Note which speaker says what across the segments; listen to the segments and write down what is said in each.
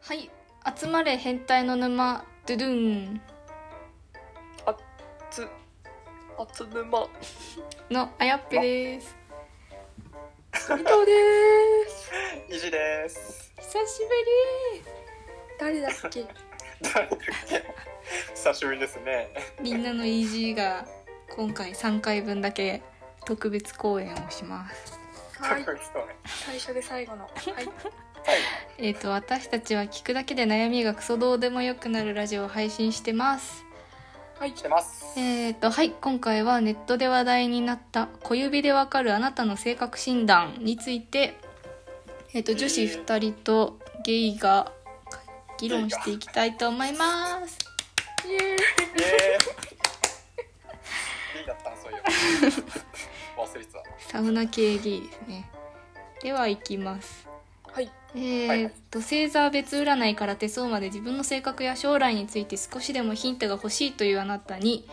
Speaker 1: はい集まれ変態の沼ドゥドゥン
Speaker 2: つあつぬま
Speaker 1: のあやっぺです伊藤です
Speaker 2: いじです
Speaker 1: 久しぶり誰だっけ
Speaker 2: 誰だっけ久しぶりですね
Speaker 1: みんなの EG が今回3回分だけ特別公演をします
Speaker 3: はい
Speaker 2: 特、別公演
Speaker 3: 最初で最後の。はい、
Speaker 1: えっ、と私たちは聞くだけで悩みがクソどうでもよくなるラジオを配信してます
Speaker 3: はい
Speaker 2: 来、てます
Speaker 1: えっ、とはい今回はネットで話題になった小指でわかるあなたの性格診断についてえっ、と女子2人とゲイが議論していきたいと思います
Speaker 3: イエーイ
Speaker 2: イエーイいいだったそういう忘れてた
Speaker 1: サウナ系ゲイですねではいきます
Speaker 3: はい、
Speaker 1: えーっと星座別占いから手相まで自分の性格や将来について少しでもヒントが欲しいというあなたに、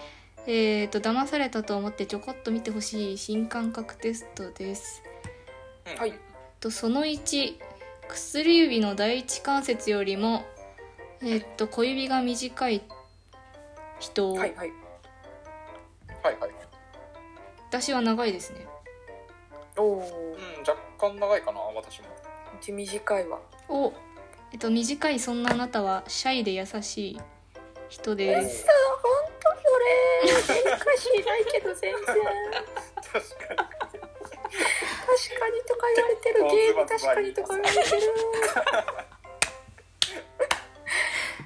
Speaker 1: えーっと騙されたと思ってちょこっと見てほしい新感覚テストです。
Speaker 2: うん
Speaker 3: はい、
Speaker 1: えっとその1薬指の第一関節よりも、えーっと小指が短い人、
Speaker 3: はい、はい。
Speaker 2: はいはい
Speaker 1: 私は長いですね。
Speaker 3: おお
Speaker 2: う、ん若干長いかな私も
Speaker 3: うち短いわ。
Speaker 1: を、えっと短いそんなあなたはシャイで優しい人
Speaker 2: え
Speaker 1: です。
Speaker 3: 本当それ。変化しないけど、全然。確
Speaker 2: 確か
Speaker 3: かにとか言われて る。ゲーム確かにとか言われて る。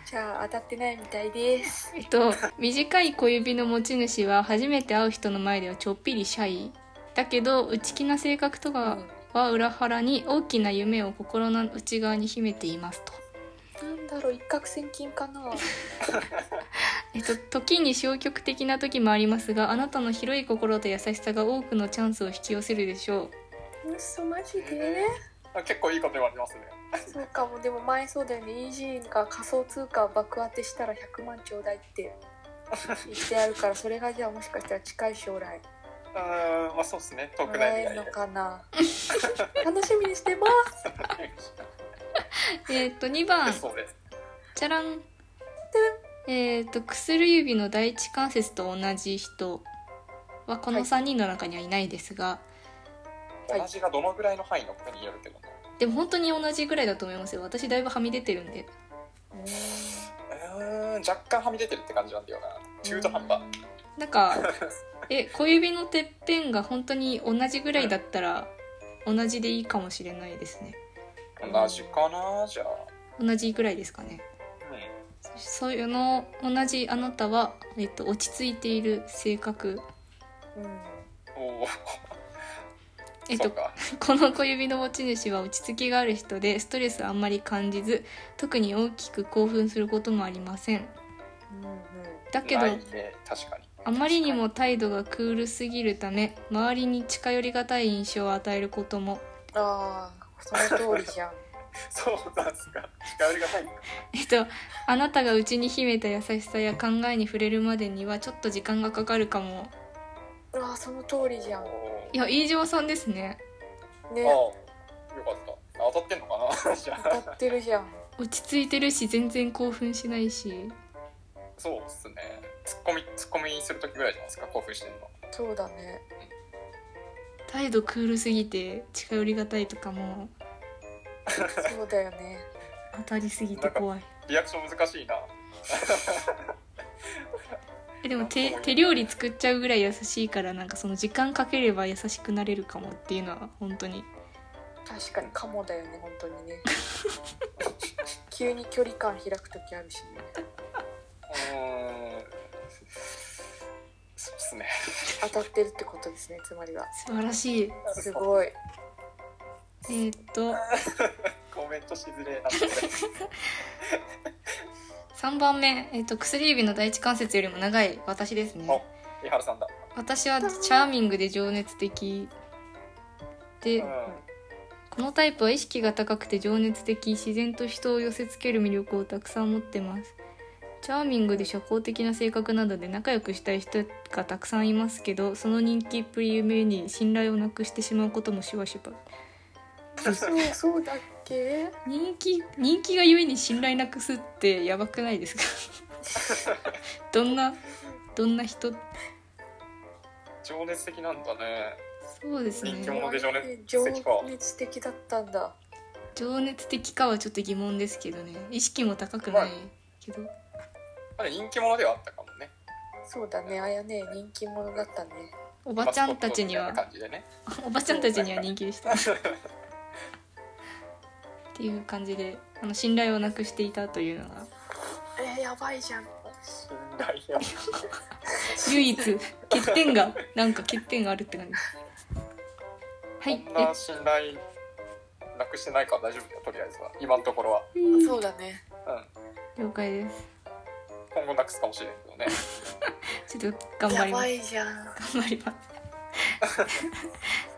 Speaker 3: じゃあ、当たってないみたいです。
Speaker 1: えっと、短い小指の持ち主は初めて会う人の前ではちょっぴりシャイだけど内気な性格とかは裏腹に大きな夢を心の内側に秘めていますと、
Speaker 3: なんだろ う、一攫千金かな。
Speaker 1: えっと、時に消極的な時もありますがあなたの広い心と優しさが多くのチャンスを引き寄せるでしょ
Speaker 3: 嘘、マジで。
Speaker 2: にあ結構いいこと言われますね
Speaker 3: そうかも、でも、前そうだよね。イージーが仮想通貨爆当てしたら、100万ちょうだいって。言ってあるから、それがじゃあ、もしかしたら近い将来。
Speaker 2: うーんまあそうですね遠
Speaker 3: も
Speaker 2: く
Speaker 3: ら
Speaker 2: な
Speaker 3: え
Speaker 2: い
Speaker 3: る
Speaker 2: 未
Speaker 3: の
Speaker 2: 来で
Speaker 3: かな 楽しみにしてます
Speaker 1: う、えっと2番
Speaker 2: そうです
Speaker 1: チャランえっと薬指の第一関節と同じ人はこの3人の中にはいないですが、
Speaker 3: はい
Speaker 2: 同じがどのぐらいの範囲のことによるけどね
Speaker 1: でも本当に同じぐらいだと思いますよ私だいぶはみ出てるんで
Speaker 2: うーん若干はみ出てるって感じなんだよな 中途半端
Speaker 1: なんかえ小指のてっぺんが本当に同じぐらいだったら同じでいいかもしれないですね
Speaker 2: 同じかなじゃあ
Speaker 1: 同じぐらいですかね
Speaker 2: う
Speaker 1: そそういうの同じあなたは、えっと、落ち着いている性格
Speaker 3: うん
Speaker 2: んおお
Speaker 1: えっ
Speaker 2: そ
Speaker 1: と
Speaker 2: うか
Speaker 1: この小指の持ち主は落ち着きがある人でストレスあんまり感じず特に大きく興奮することもありません
Speaker 3: うんうん
Speaker 1: だけど
Speaker 2: ないね確かに
Speaker 1: あまりにも態度がクールすぎるため周りに近寄りがたい印象を与えることも
Speaker 3: ああその通り じゃん
Speaker 2: そうなんですか近寄りがない
Speaker 1: えっと、あなたがうちに秘めた優しさや考えに触れるまでにはちょっと時間がかかるかも。
Speaker 3: ああその通りじゃん
Speaker 2: お
Speaker 1: いや、飯島さんですね。
Speaker 2: ーあ
Speaker 3: ね
Speaker 2: あよかった当たってんのかなじゃあ
Speaker 3: 当たってるじゃん
Speaker 1: 落ち着いてるし、全然興奮しないし。
Speaker 2: そうっすねツッコミツッコミする時ぐらいじゃないですか興奮してるの
Speaker 3: そうだね
Speaker 1: 態度クールすぎて近寄りがたいとかも
Speaker 3: そうだよね
Speaker 1: 当たりすぎて怖い。
Speaker 2: リアクション難しいな
Speaker 1: えでも手手料理作っちゃうぐらい優しいからなんかその時間かければ優しくなれるかもっていうのは本当に
Speaker 3: 確かにカモだよね本当に ね急に距離感開く時あるしね
Speaker 2: うーんそうっすね
Speaker 3: 当たってるってことですねつまりは
Speaker 1: 素晴らしい
Speaker 3: す
Speaker 2: い
Speaker 3: ごい
Speaker 1: えーっと
Speaker 2: コメントしづれえなこれ
Speaker 1: 3番目、えーっと薬指の第一関節よりも長い私ですね
Speaker 2: お 伊原さんだ
Speaker 1: 私はチャーミングで情熱的
Speaker 2: う
Speaker 1: で
Speaker 2: ん
Speaker 1: このタイプは意識が高くて情熱的自然と人を寄せつける魅力をたくさん持ってますチャーミングで社交的な性格などで仲良くしたい人がたくさんいますけどその人気っぷりゆえに信頼をなくしてしまうこともしばしば
Speaker 3: そうそうだ系
Speaker 1: 人気人気がゆえに信頼なくすってやばくないですか どんなどんな人
Speaker 2: 情熱的なんだね
Speaker 1: そうです
Speaker 2: 人気
Speaker 1: ね
Speaker 2: 者で情熱的
Speaker 3: 情
Speaker 2: か
Speaker 3: 熱的だったんだ
Speaker 1: 情熱的かはちょっと疑問ですけどね意識も高くないけど、
Speaker 2: まあ人気者ではあったかもね
Speaker 3: そうだねあやね人気者だったね
Speaker 1: お
Speaker 2: お
Speaker 1: ばちゃんたちには
Speaker 2: 感じでね
Speaker 1: おばちゃんたちには人気でしたっていう感じであの信頼をなくしていたというのが
Speaker 3: えー、やばいじゃん
Speaker 2: 信頼や
Speaker 1: 唯一欠点がなんか欠点があるって感じはい
Speaker 2: こんな信頼なくしてないから大丈夫だよとりあえずは今のところは、
Speaker 3: そうだね
Speaker 2: う
Speaker 1: 了解です
Speaker 2: ん、今後なくすかもしれないけどね
Speaker 1: ちょっと頑張
Speaker 3: や
Speaker 1: りま
Speaker 3: ば
Speaker 1: す
Speaker 3: いじゃん
Speaker 1: 頑張ります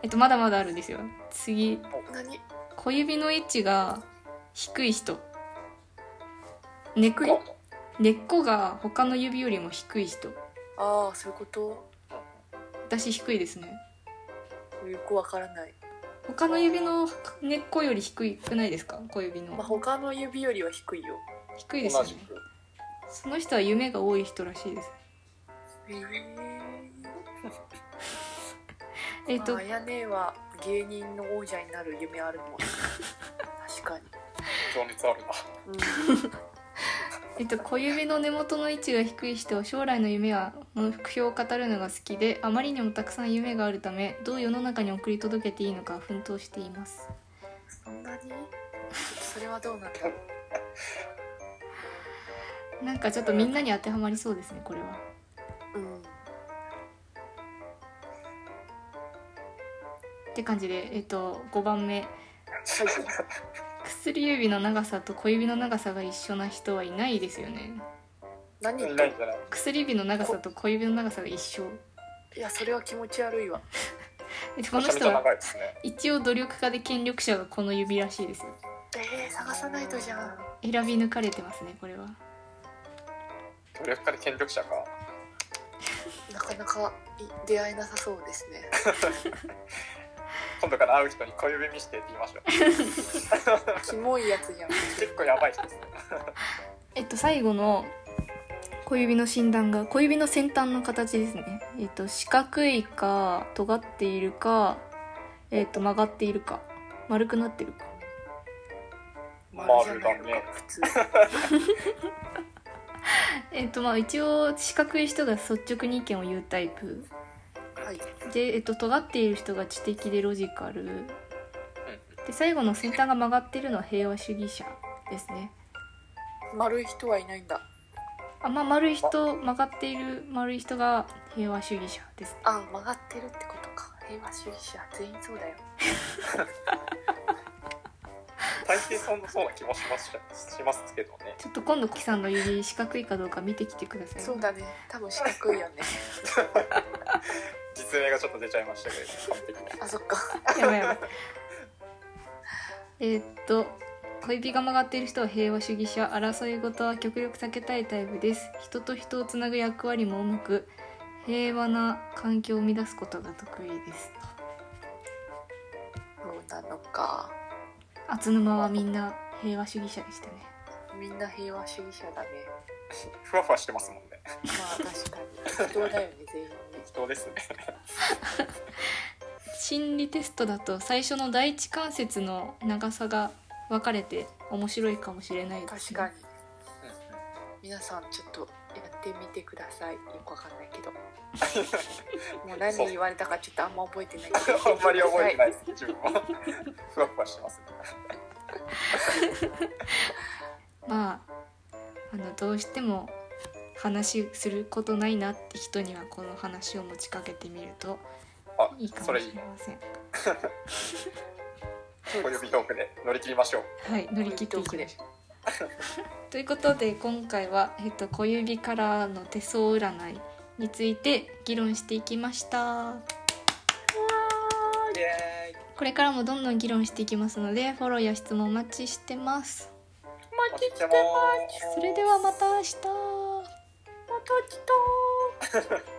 Speaker 1: えっとまだまだあるんですよ次
Speaker 3: 何
Speaker 1: 小指の位置が低い人根っこ根っこが他の指よりも低い人
Speaker 3: ああそういうこと
Speaker 1: 私低いですね
Speaker 3: よくわからない
Speaker 1: 他の指の根っこより低くないですか小指
Speaker 3: まあ、
Speaker 1: の
Speaker 3: 他の指よりは低いよ
Speaker 1: 低いですよ
Speaker 2: 同
Speaker 1: ね
Speaker 2: じく
Speaker 1: その人は夢が多い人らしいです
Speaker 3: え
Speaker 1: えっ、と
Speaker 3: あやねは芸人の王者になる夢あ るもん確かに、
Speaker 2: 情熱あるな
Speaker 3: うん、
Speaker 1: えっと、小指の根元の位置が低い人は将来の夢や目標を語るのが好きであまりにもたくさん夢があるためどう世の中に送り届けていいのか奮闘しています
Speaker 3: そんなにちょっとそれはどうなんだろう
Speaker 1: なんかちょっとみんなに当てはまりそうですねこれは
Speaker 3: うん
Speaker 1: って感じで、えっと、5番目薬指の長さと小指の長さが一緒な人はいないですよね
Speaker 3: 何言って
Speaker 2: いなんいんじゃない
Speaker 1: 薬指の長さと小指の長さが一緒
Speaker 3: いやそれは気持ち悪いわ
Speaker 1: えっとこ
Speaker 2: め
Speaker 1: の
Speaker 2: ちゃめ
Speaker 1: 人
Speaker 2: ちゃ
Speaker 1: は
Speaker 2: 長いですね
Speaker 1: 一応努力家で権力者がこの指らしいですよ
Speaker 3: えー、探さないとじゃん
Speaker 1: 選び抜かれてますねこれは
Speaker 2: 努力家で権力者か
Speaker 3: なかなかい出会えなさそうですね
Speaker 2: 今度から会う人に小指見してって言いましょう
Speaker 3: キモいやつじゃん
Speaker 2: 結構やばい人ですね
Speaker 1: えっと最後の小指の診断が小指の先端の形ですね。えっと四角いか尖っているか、えっと曲がっているか丸くなってるか。
Speaker 2: 丸だね
Speaker 3: じゃないのか普通
Speaker 1: えっとまあ一応四角い人が率直に意見を言うタイプ
Speaker 3: はい
Speaker 1: で、えっと尖っている人が知的でロジカルで最後の先端が曲がっているのは平和主義者ですね。
Speaker 3: 丸い人はいないんだ
Speaker 1: あまあ丸い人曲がっている丸い人が平和主義者ですね。
Speaker 3: あ曲がってるってことか平和主義者全員そうだよ
Speaker 2: 大抵そんなそうな気もしますしますけどね
Speaker 1: ちょっと今度コキさんの指四角いかどうか見てきてください。
Speaker 3: そうだね多分四角いよね
Speaker 2: 実例がちょっと出ちゃいましたけれど完璧 に
Speaker 3: あそっか
Speaker 1: やばいやばい。えーっと小指が曲がっている人は平和主義者争い事は極力避けたいタイプです人と人をつなぐ役割もうまく平和な環境を生み出すことが得意です
Speaker 3: そうなのか
Speaker 1: 厚沼はみんな平和主義者でしたね
Speaker 3: みんな平和主義者だね
Speaker 2: ふわふわしてますもんね
Speaker 3: まあ確か に人だよね全員ね
Speaker 2: 適当ですね
Speaker 1: 心理テストだと最初の第一関節の長さが分かれて面白いかもしれないです
Speaker 3: 確
Speaker 1: ね
Speaker 3: かに皆さんちょっとやってみてくださいよくわかんない けどもう何言われたかちょっとあんま覚えてないけど
Speaker 2: あんまり覚えてない
Speaker 3: い
Speaker 2: です自分はふわふわしてますね
Speaker 1: まああのどうしても話することないなって人にはこの話を持ちかけてみると
Speaker 2: あ
Speaker 1: いいか
Speaker 2: そ
Speaker 1: も
Speaker 2: れ
Speaker 1: し
Speaker 2: いい
Speaker 1: れません。
Speaker 2: 小指トークで乗り切りましょう
Speaker 1: はい、乗り切っていきましょう。ということで今回は、えっと、小指からの手相占いについて議論していきました。
Speaker 2: イエーイ
Speaker 1: これからもどんどん議論していきますのでフォローや質問お待ちしてます。
Speaker 2: 待ちしてます
Speaker 1: それではまた明日。
Speaker 3: また来た